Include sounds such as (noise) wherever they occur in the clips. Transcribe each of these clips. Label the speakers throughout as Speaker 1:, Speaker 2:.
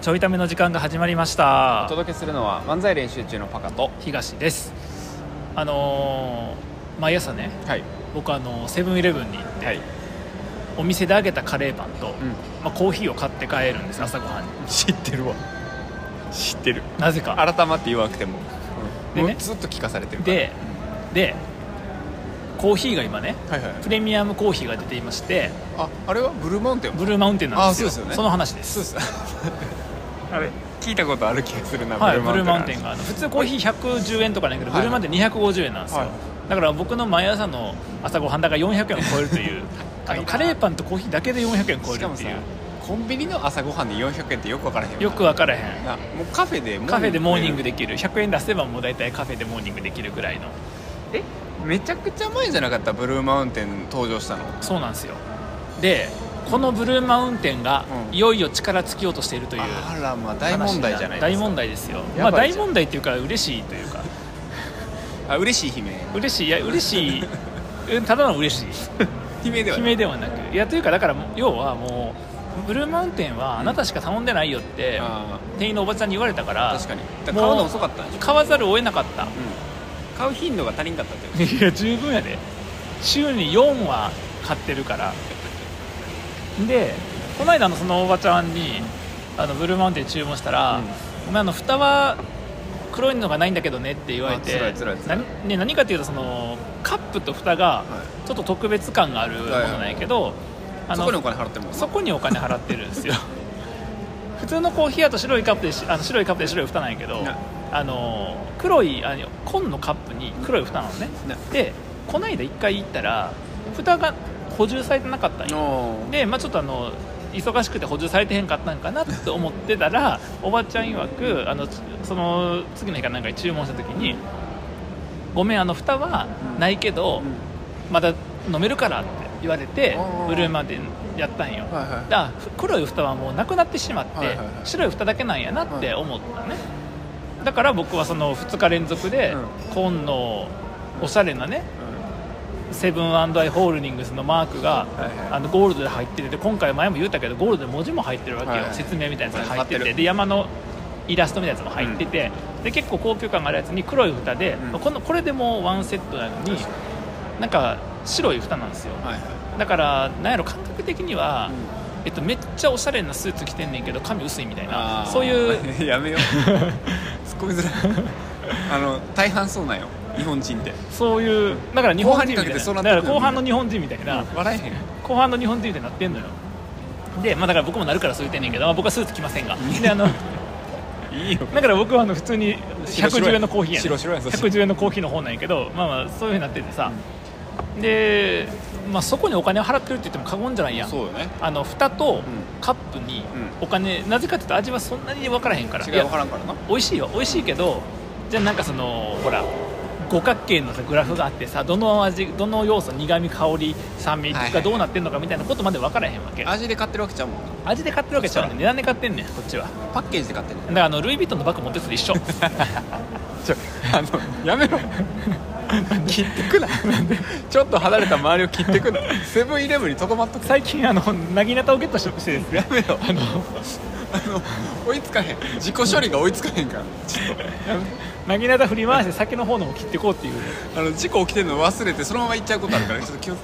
Speaker 1: ちょいための時間が始まりました
Speaker 2: お届けするのは漫才練習中のパカと
Speaker 1: 東ですあのー毎朝ね
Speaker 2: はい
Speaker 1: 僕あのセブンイレブンに行って
Speaker 2: はい、
Speaker 1: お店で揚げたカレーパンと、
Speaker 2: うん、
Speaker 1: まあ、コーヒーを買って帰るんです朝ごはんに
Speaker 2: 知ってるわ知ってる
Speaker 1: なぜか
Speaker 2: 改まって言わなくても、
Speaker 1: でね
Speaker 2: もうずっと聞かされてるから
Speaker 1: ででコーヒーが今ね
Speaker 2: はいはいはい
Speaker 1: プレミアムコーヒーが出ていまして
Speaker 2: ああれはブルーマウンテン
Speaker 1: ブルーマウンテンなんですよ
Speaker 2: あそうですよね
Speaker 1: の話です
Speaker 2: そうですあれ聞いたことある気がするな、
Speaker 1: はい、ブルーマウンテン
Speaker 2: の話
Speaker 1: があの普通コーヒー110円とかなんやけど、
Speaker 2: はい
Speaker 1: ブルーマウンテン250円なんですよ、
Speaker 2: はい
Speaker 1: だから僕の毎朝の朝ごはんだが400円を超えると
Speaker 2: (laughs)
Speaker 1: いうあのカレーパンとコーヒーだけで400円超え
Speaker 2: し
Speaker 1: る
Speaker 2: かも
Speaker 1: って
Speaker 2: さ
Speaker 1: いう
Speaker 2: コンビニの朝ごはんで400円ってよく分からへんよな
Speaker 1: よく分からへん
Speaker 2: なもうカフェで
Speaker 1: カフェでモーニングできる100円出せばもう大体カフェでモーニングできるぐらいの
Speaker 2: えめちゃくちゃ前じゃなかったブルーマウンテン登場したの
Speaker 1: そうなんですよでこのブルーマウンテンが
Speaker 2: うん
Speaker 1: いよいよ力尽きようとしているという
Speaker 2: あらまあ大
Speaker 1: 話
Speaker 2: 問題じゃない
Speaker 1: 大
Speaker 2: ですか
Speaker 1: 問題ですよま
Speaker 2: や
Speaker 1: あ
Speaker 2: ばい
Speaker 1: 大
Speaker 2: じゃん
Speaker 1: 問題っていうか嬉しいというか
Speaker 2: あ嬉しい悲鳴
Speaker 1: 嬉しいいや嬉しいうんただの嬉しい
Speaker 2: 悲鳴では
Speaker 1: 悲
Speaker 2: ない
Speaker 1: 鳴ではなくいやというかだから要はもうブルーマウンテンはあなたしか頼んでないよって
Speaker 2: あ
Speaker 1: 店員のおばちゃんに言われたから
Speaker 2: あ確かにだから
Speaker 1: もう
Speaker 2: 買うの遅かったんでしょ
Speaker 1: 買わざるを得なか
Speaker 2: (laughs)
Speaker 1: った
Speaker 2: うん買う頻度が足りんかったってこと
Speaker 1: いや十分やで週に4は買ってるからでこの間のそのおばちゃんにあのブルーマウンテン注文したら
Speaker 2: うん
Speaker 1: 「ごめんあの蓋は黒いのがないんだけどね」って言われ
Speaker 2: あ
Speaker 1: て
Speaker 2: 辛い辛い辛い
Speaker 1: なね何かっていうとそのカップと蓋がちょっと特別感があるものなんやけど、あ
Speaker 2: そ
Speaker 1: の
Speaker 2: こにお金払ってもんな
Speaker 1: そこにお金払ってるんですよ (laughs) 普通のコーヒーやと白いカップでしあの白いカップで白い蓋なんやけど
Speaker 2: な
Speaker 1: あの黒いあの紺のカップに黒い蓋なのね
Speaker 2: な
Speaker 1: でこないだ1回行ったら蓋が補充されてなかったんよ
Speaker 2: おー
Speaker 1: で、まあ、ちょっとあの忙しくて補充されてへんかったんかなって思ってたらおばちゃん曰くあのその次の日かなんかに注文した時に「ごめんあの蓋はないけど、まだ飲めるから」って言われて
Speaker 2: おー
Speaker 1: ブルーマウンテンやったんよ、
Speaker 2: はいはい
Speaker 1: だからふ黒い蓋はもうなくなってしまって、
Speaker 2: はいはいはい
Speaker 1: 白い蓋だけなんやなって思ったね、だから僕はその2日連続で
Speaker 2: う
Speaker 1: 紺のおしゃれなねセブンアイ・ホールディングスのマークが、
Speaker 2: はいはい
Speaker 1: あのゴールドで入ってて今回前も言ったけどゴールドで文字も入ってるわけよ、
Speaker 2: はいはい
Speaker 1: 説明みたいなやつが入ってて,、
Speaker 2: はい貼ってる
Speaker 1: で山のイラストみたいなやつも入ってて、で結構高級感があるやつに黒い蓋で、
Speaker 2: うん
Speaker 1: このこれでもうワンセットなのになんか白い蓋なんですよ
Speaker 2: はいは
Speaker 1: だからなんやろ感覚的には、え
Speaker 2: い
Speaker 1: っと、めっちゃおしゃれなスーツ着てんねんけど髪薄いみたい
Speaker 2: あ
Speaker 1: な
Speaker 2: ー
Speaker 1: そういう
Speaker 2: (laughs) やめよう突っ込みづ (laughs) らいあの大半そうなんよ日本人って
Speaker 1: そういうだから日本人みた
Speaker 2: 後半にかけ
Speaker 1: い
Speaker 2: て
Speaker 1: な
Speaker 2: そうな
Speaker 1: だ
Speaker 2: ってくる
Speaker 1: か
Speaker 2: よ
Speaker 1: ら後
Speaker 2: ね
Speaker 1: 半の日本人みたいな、
Speaker 2: 笑えへん
Speaker 1: 後半の日本人みたいになってんのよで、まあ、だから僕もなるからそう言ってんねんけど、まあ、僕はスーツ着ません
Speaker 2: (laughs)
Speaker 1: がであの
Speaker 2: いいよ
Speaker 1: だから僕はあの普通に
Speaker 2: 白白
Speaker 1: 110
Speaker 2: や
Speaker 1: 円のコーヒーやねん
Speaker 2: 白白やそして
Speaker 1: 110円のコーヒーの方なんやけど、まあ、まあそういうふうになっててさ、で、まあ、そこにお金を払ってるって言っても過言じゃないやん
Speaker 2: そうよね
Speaker 1: あの蓋とカップにお金、なぜかっていうと味はそんなに分からへんから
Speaker 2: 違い
Speaker 1: いや
Speaker 2: 分からんからな
Speaker 1: 美味しいよ美味しいけどじゃあなんかそのほら五角形のさグラフがあってさどの味どの要素苦味香り酸味
Speaker 2: はいは
Speaker 1: が
Speaker 2: い
Speaker 1: どうなってんのかみたいなことまで分からへんわけ、
Speaker 2: 味で買ってるわけちゃうもんな
Speaker 1: 味で買ってるわけちゃうねん値段で買ってんねんこっちは
Speaker 2: パッケージで買ってる
Speaker 1: だからあのルイ・ヴィトンのバッグ持ってると一緒
Speaker 2: ちょあのやめろ切ってくなちょっと離れた周りを切ってくなセブンイレブンにとどまっと
Speaker 1: (laughs)
Speaker 2: く
Speaker 1: 最近あのなぎなたをゲットしてですね
Speaker 2: やめろ
Speaker 1: あの
Speaker 2: あの追いつかへん自己処理が追いつかへんからちょっ
Speaker 1: (laughs) なぎなた振り回して先の方のも切ってこうっていう
Speaker 2: とあの事故起きてるの忘れてそのまま行っちゃうこと
Speaker 1: (laughs)
Speaker 2: あるからちょっと気をつ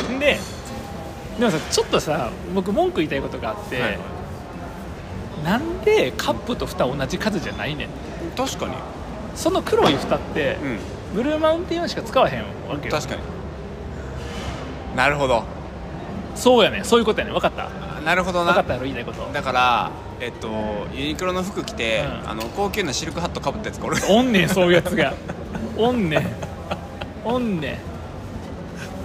Speaker 2: けて
Speaker 1: んででもさちょっとさ僕文句言いたいことがあって、
Speaker 2: はい
Speaker 1: なんでカップと蓋同じ数じゃないねん
Speaker 2: 確かに
Speaker 1: その黒い蓋って、
Speaker 2: うん
Speaker 1: ブルーマウンテン用しか使わへんわけよ
Speaker 2: 確かになるほど
Speaker 1: そうやねんそういうことやねん分かった
Speaker 2: なるほど
Speaker 1: 分かっ
Speaker 2: な
Speaker 1: たやろ言いたいこと
Speaker 2: だからえっとユニクロの服着て、
Speaker 1: うん
Speaker 2: あの高級なシルクハットかぶったやつ
Speaker 1: (laughs)
Speaker 2: これ
Speaker 1: おんねんそういうやつ
Speaker 2: (laughs)
Speaker 1: がおんねんおんねん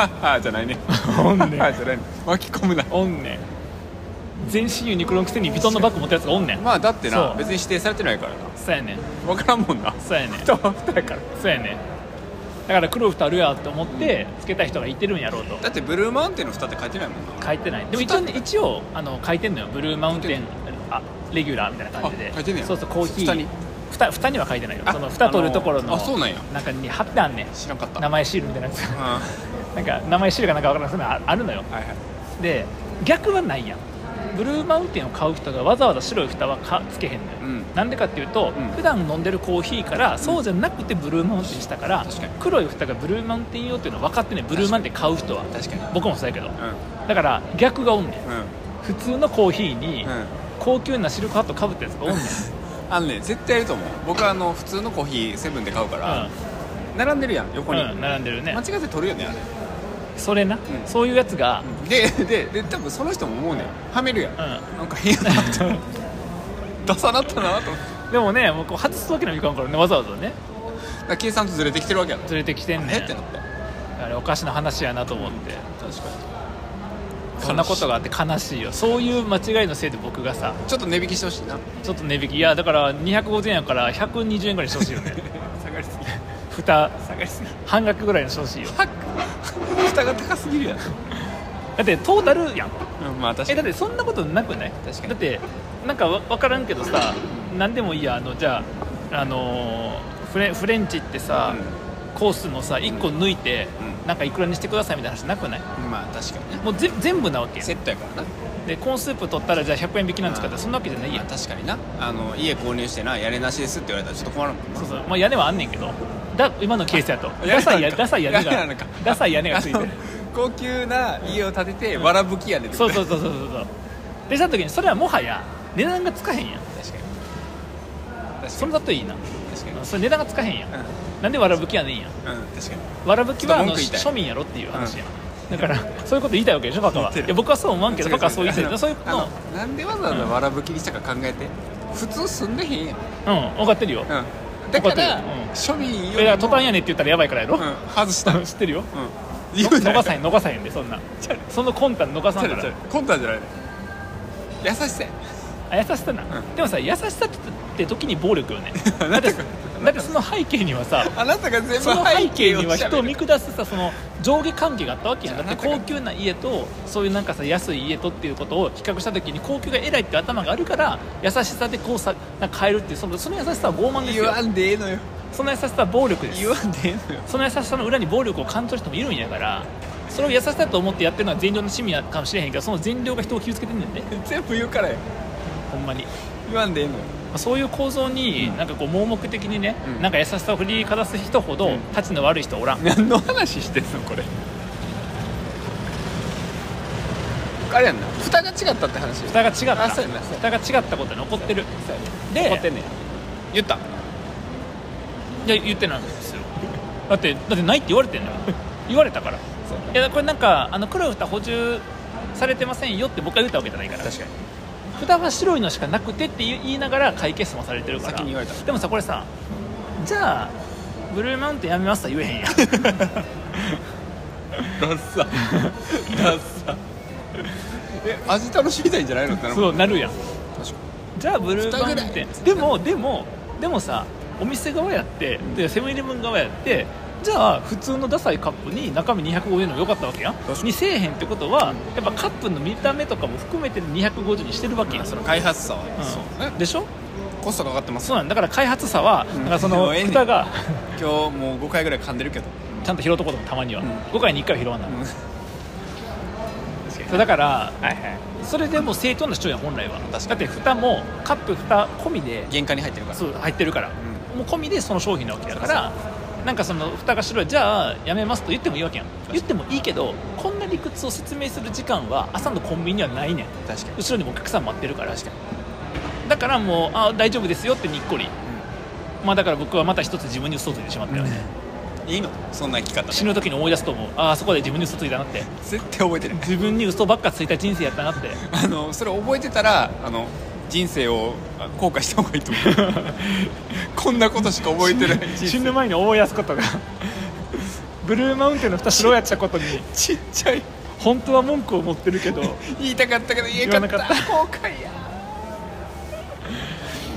Speaker 2: あじゃないね
Speaker 1: おん
Speaker 2: あ
Speaker 1: ね
Speaker 2: じ
Speaker 1: ん
Speaker 2: ゃないね巻き込むな
Speaker 1: おんねん全身ユニクロのくせにビトンのバッグ持ったやつがおんねん
Speaker 2: まあだってな
Speaker 1: そう
Speaker 2: 別に指定されてないからな
Speaker 1: そうやねん
Speaker 2: 分からんもんな
Speaker 1: そうやねん
Speaker 2: 人は2人から
Speaker 1: そうやねんだから黒い蓋あるやと思ってつけた人がいてるんやろうと
Speaker 2: だってブルーマウンテンの蓋って書いてないもんな
Speaker 1: 書いてないでも一応,、ね、一応あの書いてんのよブルーマウンテンあレギュラーみたいな感じで
Speaker 2: あ書いてんねや
Speaker 1: そうそうコーヒー
Speaker 2: 蓋に
Speaker 1: 蓋蓋には書いてないよ
Speaker 2: あ
Speaker 1: その蓋取るところの
Speaker 2: あのあそうなんや
Speaker 1: 中に貼ってあんねん
Speaker 2: 知らんかった
Speaker 1: 名前シールみたいなやつ
Speaker 2: うんは
Speaker 1: なんか名前シールかなんかわからないそういうのああるのよ
Speaker 2: いはい
Speaker 1: で逆はないやんブルーマウンテンを買う人がわざわざ白い蓋はかつけへんのよ、
Speaker 2: うん
Speaker 1: なんでかっていうと、
Speaker 2: うん
Speaker 1: 普段飲んでるコーヒーからそうじゃなくてブルーマウンテンしたから、
Speaker 2: 確かに
Speaker 1: 黒い蓋がブルーマウンテン用っていうのは分かってねブルーマウンテン買う人は
Speaker 2: 確かに
Speaker 1: 僕もそうやけど
Speaker 2: うん
Speaker 1: だから逆がおんねん
Speaker 2: うん
Speaker 1: 普通のコーヒーに
Speaker 2: うん
Speaker 1: 高級なシルクハットかぶったやつがお
Speaker 2: (laughs)
Speaker 1: んねん、
Speaker 2: あのね絶対いると思う僕はあの普通のコーヒーセブンで買うから、
Speaker 1: う
Speaker 2: 並んでるやん横に、
Speaker 1: んうん、並んでるね
Speaker 2: (laughs) 間違って取るよねあれ
Speaker 1: それな、
Speaker 2: ん
Speaker 1: そういうやつが、
Speaker 2: ででで多分その人も思うねんはめるやん、
Speaker 1: うん
Speaker 2: なんか変やなって思って出さなったなと思って
Speaker 1: でもねもうこう外すわけにもいかんからねわざわざね
Speaker 2: だから計算とずれてきてるわけやろ
Speaker 1: 連れてきてんね
Speaker 2: えっ
Speaker 1: ん
Speaker 2: てなって
Speaker 1: あれおかしな話やなと思って、
Speaker 2: 確かに
Speaker 1: そんなことがあって悲しいよそういう間違いのせいで僕がさ
Speaker 2: ちょっと値引きしてほしいな
Speaker 1: ちょっと値引きいやだから250円やから120円ぐらいにしてほしいよね
Speaker 2: (laughs) 下がりすぎ
Speaker 1: 蓋
Speaker 2: 下がりすぎ
Speaker 1: 半額ぐらいにしてほしいよ
Speaker 2: パック蓋が高すぎるやん、
Speaker 1: だってトータルやん
Speaker 2: うん、まあ確
Speaker 1: えだってそんなことなくない
Speaker 2: 確かに
Speaker 1: だってなんかわ分からんけどさ何でもいいやあのじゃあ、あのーフレフレンチってさ、コースのさ1個抜いて、
Speaker 2: うん
Speaker 1: なんかいくらにしてくださいみたいな話なくない
Speaker 2: うん、まあ確かにね
Speaker 1: もうぜ全部なわけやん
Speaker 2: セットやからな
Speaker 1: でコーンスープ取ったらじゃあ100円引きなんですかって
Speaker 2: うん
Speaker 1: そんなわけじゃない
Speaker 2: いや
Speaker 1: やん
Speaker 2: 確かになあの家購入してなやれなしですって言われたらちょっと困るもんな
Speaker 1: そうそうまあ屋根はあんねんけどだ今のケースやとダ
Speaker 2: 屋根な
Speaker 1: サ
Speaker 2: ん
Speaker 1: い
Speaker 2: か
Speaker 1: やダサい屋根
Speaker 2: 屋根な
Speaker 1: が
Speaker 2: んか
Speaker 1: ダサい屋根がついて
Speaker 2: あ
Speaker 1: る
Speaker 2: の高級な家を建ててわらぶき屋根ってこ
Speaker 1: そ
Speaker 2: と
Speaker 1: うそうそうそうそうそうでした時にそれはもはや値段がつかへんやん
Speaker 2: 確かに
Speaker 1: それ
Speaker 2: 確か
Speaker 1: だといいな
Speaker 2: に確かに
Speaker 1: それ値段がつかへんやん
Speaker 2: うん
Speaker 1: なんでわらぶきやねんやん
Speaker 2: うん確かに
Speaker 1: わらぶきはあの
Speaker 2: ちょっと文句言いたい
Speaker 1: 庶民やろっていう話やん、だからそういうこと言いたいわけでしょバカは
Speaker 2: 言ってる
Speaker 1: いや僕はそう思わんけどバカはそう言いた
Speaker 2: あの
Speaker 1: いそういうこ
Speaker 2: あ
Speaker 1: と
Speaker 2: のなんでわざわざわらぶきにしたか考えて普通住んでへんやん
Speaker 1: うん分かってるよ、
Speaker 2: うんだか
Speaker 1: わかるよ
Speaker 2: ら
Speaker 1: うん
Speaker 2: 庶民
Speaker 1: い
Speaker 2: よ
Speaker 1: や
Speaker 2: り
Speaker 1: だ
Speaker 2: も
Speaker 1: から途端やねんって言ったらやばいからやろ、
Speaker 2: うん外したうん
Speaker 1: (laughs) 知ってるよ
Speaker 2: 言うなよ
Speaker 1: 逃さへん逃さへんでそんな
Speaker 2: ちゃう
Speaker 1: その魂胆逃さ
Speaker 2: ちゃ
Speaker 1: ん
Speaker 2: う
Speaker 1: か
Speaker 2: ちゃ
Speaker 1: ら
Speaker 2: うコンタじゃない優しさや
Speaker 1: あ優しさな、
Speaker 2: うん
Speaker 1: でもさ優しさって時に暴力よ
Speaker 2: (laughs)
Speaker 1: ねだってだってその背景にはさ
Speaker 2: あなたが全部
Speaker 1: その背
Speaker 2: 背
Speaker 1: 景
Speaker 2: 景を
Speaker 1: には
Speaker 2: 喋る
Speaker 1: 人を見下すさその上下関係があったわけやんだ
Speaker 2: じゃあ
Speaker 1: って
Speaker 2: なん
Speaker 1: 高
Speaker 2: か
Speaker 1: 級な家とそういうなんかさ安い家とっていうことを比較した時に高級が偉いって頭があるから優しさでこうさなんか変えるっていうそのその優しさは傲慢です
Speaker 2: 言
Speaker 1: よ
Speaker 2: わんでええのよ
Speaker 1: その優しさは暴力です
Speaker 2: 言わんでええのよ
Speaker 1: その優しさの裏に暴力を感じる人もいるんやからそれを優しさだと思ってやってるのは善良な市民やかもしれへんけどその善良が人を傷つけてんねんで
Speaker 2: 全部言うからよ
Speaker 1: ほんまに
Speaker 2: 言わんでええのよ
Speaker 1: まあそういう構造に
Speaker 2: うん
Speaker 1: なんかこう盲目的にね、
Speaker 2: うん
Speaker 1: なんか優しさを振りかざす人ほど
Speaker 2: うん
Speaker 1: たちの悪い人はおらん、
Speaker 2: 何の話してんのこれあれやんな蓋が違ったって話
Speaker 1: 蓋が違った
Speaker 2: あそうやなそうや
Speaker 1: 蓋が違ったことに怒ってるで
Speaker 2: 怒ってんねん言った
Speaker 1: いや言ってないんですよだってだってないって言われて
Speaker 2: (laughs)
Speaker 1: んのよ言われたからい
Speaker 2: そう
Speaker 1: やこれなんかあの黒い蓋補充されてませんよって僕が言ったわけじゃないから
Speaker 2: 確かに
Speaker 1: 蓋は白いのしかなくてって言いながら会計質問されてるから
Speaker 2: 先に言われた
Speaker 1: でもさこれさじゃあブルーマウンテンやめますとは言えへんやん
Speaker 2: ダッサダッサえ味楽しみたいんじゃないのってなるもん
Speaker 1: そうなるやん
Speaker 2: 確か
Speaker 1: じゃあブルーバウンテンでもでもでもさお店側やってでセブンイレブン側やってじゃあ普通のダサいカップに中身250円のも良かったわけやん
Speaker 2: 確かに
Speaker 1: にせえへんってことはやっぱカップの見た目とかも含めて250にしてるわけ
Speaker 2: に
Speaker 1: やん
Speaker 2: その開発さは、
Speaker 1: うん
Speaker 2: そうね
Speaker 1: でしょ
Speaker 2: コストかかってます
Speaker 1: そうなんだから開発さは
Speaker 2: うん
Speaker 1: なん
Speaker 2: (laughs)
Speaker 1: かそ
Speaker 2: も
Speaker 1: の
Speaker 2: うええねん
Speaker 1: 蓋が
Speaker 2: 今日もう5回ぐらい噛んでるけど、
Speaker 1: ちゃんと拾うとこともたまには
Speaker 2: うん
Speaker 1: 5回に1回は拾わない
Speaker 2: うん
Speaker 1: そうだから
Speaker 2: はいはい
Speaker 1: それでもう正当な主張やん本来は
Speaker 2: 確か
Speaker 1: だっ
Speaker 2: に
Speaker 1: て蓋もカップ蓋込みで
Speaker 2: 玄関に入ってるから
Speaker 1: そう入ってるから、もう込みでその商品なわけだからなんかその蓋が白いじゃあやめますと言ってもいいわけやん
Speaker 2: かに
Speaker 1: 言ってもいいけどこんな理屈を説明する時間は朝のコンビニにはないねん
Speaker 2: 確かに、
Speaker 1: 後ろにもお客さん待ってるからだからもうあ大丈夫ですよってにっこりまあだから僕はまた一つ自分に嘘をついてしまったよね、
Speaker 2: いいのそんな生き方
Speaker 1: 死ぬ時に思い出すと思うああそこで自分に嘘ついたなって
Speaker 2: 絶対覚えてない
Speaker 1: 自分に嘘ばっかついた人生やったなって (laughs)
Speaker 2: あのそれ覚えてたらあの人生をあ後悔した方がいいと思 (laughs) うこんなことしか覚えてない人生
Speaker 1: 死ぬ前に思い出すことが (laughs) ブルーマウンテンの蓋白やったことに
Speaker 2: ちっちゃい
Speaker 1: (laughs) 本当は文句を持ってるけど
Speaker 2: 言いたかったけど言えなかった
Speaker 1: 言わな
Speaker 2: 後悔や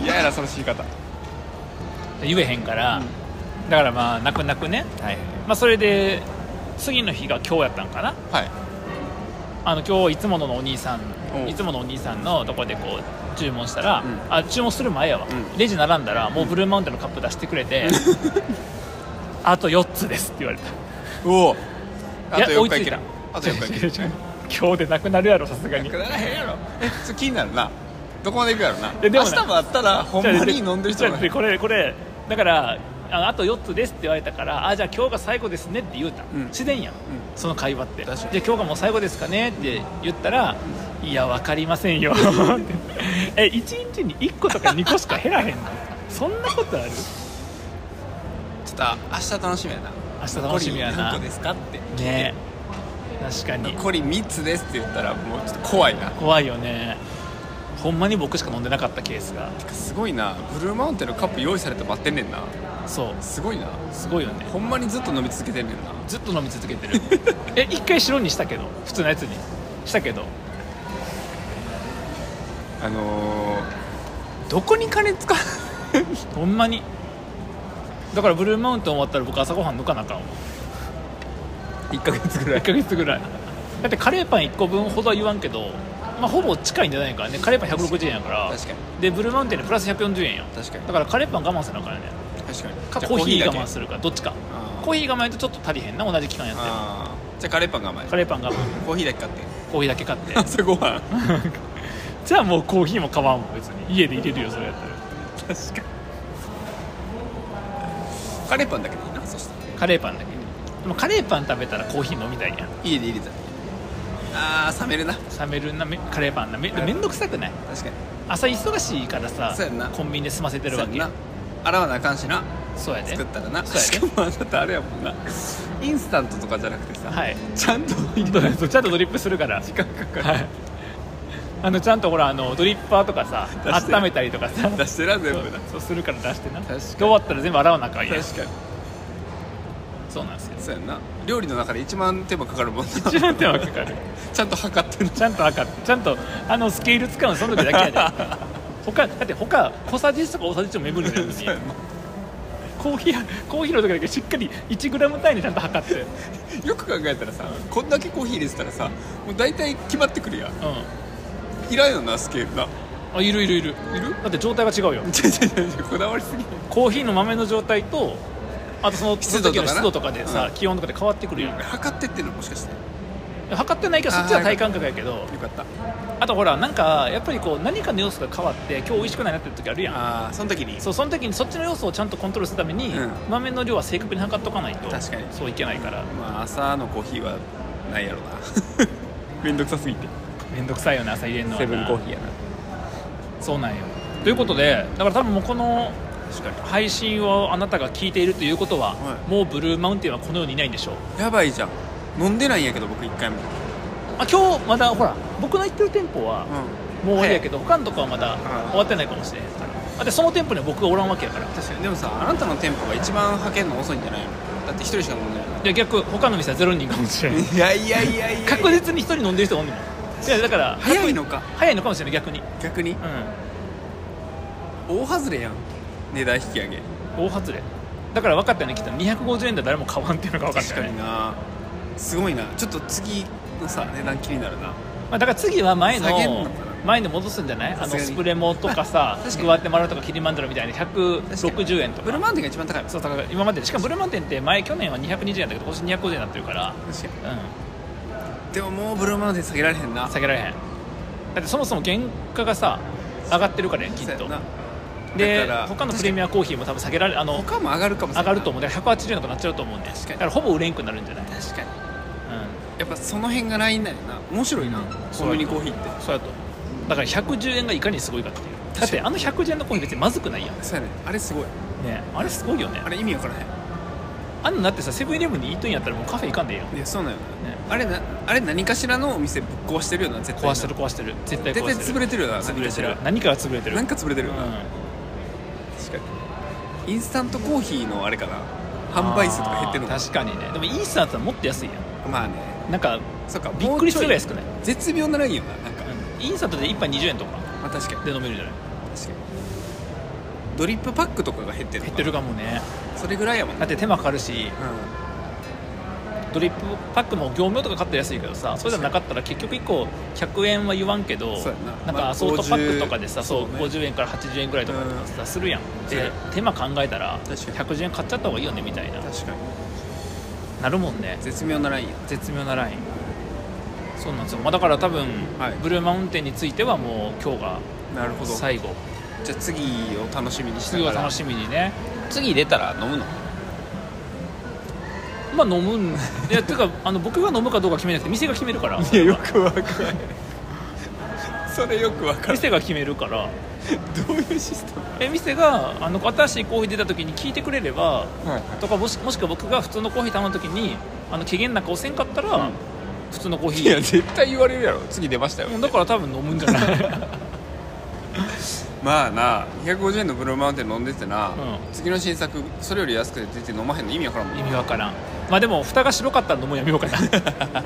Speaker 2: 嫌やなその死に方
Speaker 1: 言えへんから、だからまあ泣く泣くね、
Speaker 2: はい
Speaker 1: まあ、それで次の日が今日やったんかな
Speaker 2: はい
Speaker 1: あの今日いつもののお兄さ
Speaker 2: うん
Speaker 1: んいつものお兄さんのとこでこう注文したら、
Speaker 2: う
Speaker 1: あ注文する前やわ、
Speaker 2: うん
Speaker 1: レジ並んだらもうブルーマウンテンのカップ出してくれて、あと4つですって言われた
Speaker 2: うおあと
Speaker 1: いや追
Speaker 2: 4
Speaker 1: いつ
Speaker 2: 日い
Speaker 1: い
Speaker 2: ける
Speaker 1: た
Speaker 2: あと4日いける
Speaker 1: 違
Speaker 2: (laughs)
Speaker 1: う違う違う (laughs) 今日でなくなるやろさすがに
Speaker 2: くだらへんやろえそれ気になるなどこまでいくやろな
Speaker 1: えでも
Speaker 2: 明
Speaker 1: な
Speaker 2: 日もあったらほんまに飲んでる人
Speaker 1: じゃ
Speaker 2: が
Speaker 1: あでこれこれだからああと4つですって言われたからあじゃあ今日が最後ですねって言うた、
Speaker 2: うん
Speaker 1: 自然やん、その会話ってじゃあ
Speaker 2: 確かに
Speaker 1: 今日がもう最後ですかねって言ったら、いや分かりませんよ (laughs) え1日に1個とか2個しか減らへんのそんなことある
Speaker 2: ちょっと明日楽しみやな
Speaker 1: 明日楽しみやな
Speaker 2: 残り何個ですかって聞いて
Speaker 1: ねえ確かに
Speaker 2: 残り3つですって言ったらもうちょっと怖いな
Speaker 1: 怖いよねほんまに僕しか飲んでなかったケースが
Speaker 2: すごいなブルーマウンテンのカップ用意されて待ってんねんな
Speaker 1: そう
Speaker 2: すごいな
Speaker 1: すごいよね
Speaker 2: ほんまにずっと飲み続けてんねんな
Speaker 1: ずっと飲み続けて
Speaker 2: (laughs)
Speaker 1: るえ一回白にしたけど普通のやつにしたけど
Speaker 2: あのー、どこに金使う
Speaker 1: ほんまにだからブルーマウンテン終わったら僕朝ごはん抜かなあかんわ
Speaker 2: 1ヶ月ぐら
Speaker 1: 1ヶ月ぐらいだってカレーパン1個分ほどは言わんけど、まあ、ほぼ近いんじゃないからねカレーパン160円やから
Speaker 2: 確かに
Speaker 1: でブルーマウンテンでプラス140円やん
Speaker 2: 確かに
Speaker 1: だからカレーパン我慢せなあかんよね
Speaker 2: 確かに
Speaker 1: かコーヒー我慢
Speaker 2: る
Speaker 1: するかどっちか
Speaker 2: あー
Speaker 1: コーヒー我慢やとちょっと足りへんな同じ期間やって
Speaker 2: あーじゃあカレーパン我慢
Speaker 1: カレーパン我慢
Speaker 2: コーヒーだけ
Speaker 1: (laughs)
Speaker 2: 買って
Speaker 1: コーヒーだけ買って
Speaker 2: 朝ごはん
Speaker 1: じゃあもうコーヒーも買わんもん別に家で入れるよそれやったら
Speaker 2: 確かにカレーパンだけでいいなそしたら
Speaker 1: カレーパンだけでもカレーパン食べたらコーヒー飲みたいやん
Speaker 2: 家で入れたらあー冷めるな
Speaker 1: 冷めるなめカレーパンなめでめんどくさくない
Speaker 2: 確かに
Speaker 1: 朝忙しいからさ
Speaker 2: そうやんな
Speaker 1: コンビニで済ませてるわけ
Speaker 2: そうやんな洗わなあかんしな
Speaker 1: そうやで
Speaker 2: 作ったらな
Speaker 1: そうやね
Speaker 2: しかもあなたあれやもんなインスタントとかじゃなくてさ、
Speaker 1: はい
Speaker 2: ちゃんと
Speaker 1: インドのやつちゃんとドリップするから
Speaker 2: 時間かかる、
Speaker 1: はいあのちゃんとほらあのドリッパーとかさ
Speaker 2: 出して
Speaker 1: 温めたりとかさ
Speaker 2: 出してな全部
Speaker 1: そう
Speaker 2: な
Speaker 1: そうするから出してな
Speaker 2: 確か
Speaker 1: で
Speaker 2: に
Speaker 1: 終わったら全部洗わなあかんやん
Speaker 2: 確かに
Speaker 1: そうなんですよ
Speaker 2: そうやんな料理の中で一番手間かかるもんな
Speaker 1: 一番手間かかる
Speaker 2: ちゃんと測ってる
Speaker 1: ちゃんと測ってちゃんとあのスケール使うのその時だけやで他だって他小さじ1とか大さじ1も巡るの
Speaker 2: (laughs) そうや
Speaker 1: に
Speaker 2: んな
Speaker 1: コーヒーコーヒーの時だけしっかり 1g 単位でちゃんと測ってうん
Speaker 2: よく考えたらさこんだけコーヒー入れてたらさもう大体決まってくるやんいらんよなスケールな (laughs)
Speaker 1: あいるいるいる
Speaker 2: いる
Speaker 1: だって状態が違うよ
Speaker 2: ちょちょちょちょこだわりすぎ
Speaker 1: コーヒーの豆の状態とあとその
Speaker 2: 湿度とかな
Speaker 1: その時の湿度とかでさ、
Speaker 2: うん
Speaker 1: 気温とかで変わってくるやん、
Speaker 2: 測ってってんのもしかしてよ
Speaker 1: 測ってないけどそっちは体感覚やけど
Speaker 2: かった
Speaker 1: あとほらなんかやっぱりこう何かの要素が変わって今日美味しくないなって時あるやん
Speaker 2: ああその時に
Speaker 1: そうその時にそっちの要素をちゃんとコントロールするために、
Speaker 2: うん
Speaker 1: 豆の量は正確に測っとかないと
Speaker 2: 確かに
Speaker 1: そういけないから
Speaker 2: まあ朝のコーヒーはないやろな (laughs) めんどくさすぎて
Speaker 1: 面倒くさいよね朝入れるのはな
Speaker 2: ヒーやな
Speaker 1: そうなんよということでだから多分もうこの
Speaker 2: 確かに
Speaker 1: 配信をあなたが聞いているということは、
Speaker 2: はい
Speaker 1: もうブルーマウンテンはこの世にいないんでしょう
Speaker 2: やばいじゃん飲んでないんやけど僕一回も、
Speaker 1: あ今日まだほら僕の行ってる店舗は、もう終わりやけど他のとこはまだ
Speaker 2: ん
Speaker 1: 終わってないかもしれへんからだってその店舗には僕がおらんわけやから
Speaker 2: 確かにでもさあなたの店舗が一番派遣の遅いんじゃないのだって一人しか飲んでない
Speaker 1: いや逆他の店はゼロ人かもしれん
Speaker 2: (laughs) いやいやいやいや
Speaker 1: 確実に一人飲んでる人がおんねんいやだから
Speaker 2: (laughs) 早いのか
Speaker 1: 早いのかもしれない逆に
Speaker 2: 逆に
Speaker 1: う
Speaker 2: 大外れやん値段引き上げ
Speaker 1: ん大外れだから分かったよねきっと250円で誰も買わんっていうのが分かった
Speaker 2: 確か
Speaker 1: よね
Speaker 2: になすごいなちょっと次のさ値段気になるな
Speaker 1: まあ、だから次は前
Speaker 2: 下げんの
Speaker 1: の
Speaker 2: かな
Speaker 1: 前に戻すんじゃないあ
Speaker 2: さ
Speaker 1: の
Speaker 2: すがに
Speaker 1: スプレモとかさ
Speaker 2: 確かに
Speaker 1: グアテマラとかキリマンジャロみたいに160円と
Speaker 2: ブルー
Speaker 1: か
Speaker 2: マウンテンが一番高いもん
Speaker 1: そうだから今まででしかもブルーマンテンって前去年は220円だったけど今年250円になってるから
Speaker 2: 確かに
Speaker 1: うん
Speaker 2: でももうブルーマウンテン下げられへんな
Speaker 1: 下げられへんだってそもそも原価がさ上がってるからやんきっ
Speaker 2: そ
Speaker 1: と
Speaker 2: うやな
Speaker 1: で
Speaker 2: だから
Speaker 1: 他のプレミアコーヒーも多分下げられあの
Speaker 2: 他も上がるかもしれ
Speaker 1: 上
Speaker 2: な
Speaker 1: が
Speaker 2: い
Speaker 1: ると思うだから180円とかなっちゃうと思うんでだ
Speaker 2: 確かに
Speaker 1: からほぼ売れんくなるんじゃない、うん、
Speaker 2: 確かにやっぱその辺がラインなんやな面白いな
Speaker 1: うん
Speaker 2: コンビニコーヒーって
Speaker 1: そうやとだから110円がいかにすごいかっていうだっ
Speaker 2: 確か
Speaker 1: て
Speaker 2: に
Speaker 1: あの110円のコーヒー別にまずくないやんね
Speaker 2: そうやねあれすごい
Speaker 1: あれすごいよね
Speaker 2: あれ意味わからへん
Speaker 1: あんなんだってさセブンイレブンに行っとんやったらもうカフェ行かんでええやん
Speaker 2: いやそうなんよね
Speaker 1: ね
Speaker 2: あれなあれ何かしらのお店ぶっ壊してるよな絶対
Speaker 1: 壊してる壊してる絶対
Speaker 2: 絶
Speaker 1: 壊
Speaker 2: 対
Speaker 1: して
Speaker 2: 潰
Speaker 1: る
Speaker 2: れてるよな
Speaker 1: 潰
Speaker 2: 何
Speaker 1: れ
Speaker 2: か
Speaker 1: て
Speaker 2: し
Speaker 1: る
Speaker 2: ら
Speaker 1: 何かが潰れてる
Speaker 2: なんか潰れてる
Speaker 1: う
Speaker 2: よ
Speaker 1: ん
Speaker 2: な、確かにインスタントコーヒーのあれかな販売数とか減ってるの
Speaker 1: あー確かにねでもイースタントはもっと安いや
Speaker 2: まあね
Speaker 1: んなんか
Speaker 2: そっか
Speaker 1: びっくりするぐらい
Speaker 2: もう
Speaker 1: 少ない、う
Speaker 2: ちょい絶妙なラインよななんか、
Speaker 1: ん、インスタントで1杯20円とか
Speaker 2: まあ確かに確
Speaker 1: で
Speaker 2: か
Speaker 1: 飲めるんじゃない
Speaker 2: にドリップパックとかが減ってる
Speaker 1: 減
Speaker 2: のか
Speaker 1: ってるかもね
Speaker 2: それぐらいやもん
Speaker 1: だって手間かかるし
Speaker 2: う
Speaker 1: ドリップパックも業務用とか買ったら安いけどさそれじゃなかったら結局1個100円は言わんけど
Speaker 2: そうや
Speaker 1: な
Speaker 2: な
Speaker 1: ん
Speaker 2: ま
Speaker 1: か
Speaker 2: あ
Speaker 1: アソートパックとかでさ
Speaker 2: 50
Speaker 1: そう
Speaker 2: そうね
Speaker 1: 50円から80円ぐらいとかさするやん
Speaker 2: そう
Speaker 1: で
Speaker 2: や
Speaker 1: 手間考えたら
Speaker 2: 確かに
Speaker 1: 110円買っちゃった方がいいよねみたいなん
Speaker 2: 確かに
Speaker 1: なるもんね
Speaker 2: 絶妙なラインや
Speaker 1: 絶妙なラインそうなんですよ、まあ、だから多分、
Speaker 2: はい
Speaker 1: ブルーマウンテンについてはもう今日が
Speaker 2: なるほど
Speaker 1: 最後
Speaker 2: じゃあ次を楽しみにして
Speaker 1: 次は楽しみにね
Speaker 2: 次出たら飲むの
Speaker 1: まあ飲むんい (laughs) やていうかあの僕が飲むかどうか決めなくて店が決めるから
Speaker 2: いやよくわかんないそれよくわかんない
Speaker 1: 店が決めるから
Speaker 2: どういうシステム
Speaker 1: え店があの新しいコーヒー出た時に聞いてくれれば
Speaker 2: はい
Speaker 1: とかもしもしくは僕が普通のコーヒー頼む時にあの機嫌なんか押せんかったら、
Speaker 2: うん
Speaker 1: 普通のコーヒ
Speaker 2: いや
Speaker 1: ー
Speaker 2: 絶対言われるやろ次出ましたよ
Speaker 1: うんだから多分飲むんじゃない、 (laughs)
Speaker 2: まあな250円のブルーマウンテン飲んでてな、
Speaker 1: う
Speaker 2: 次の新作それより安くて出て飲まへんの意味わからんもん
Speaker 1: 意味わからんまあでも蓋が白かったら飲むやめようかな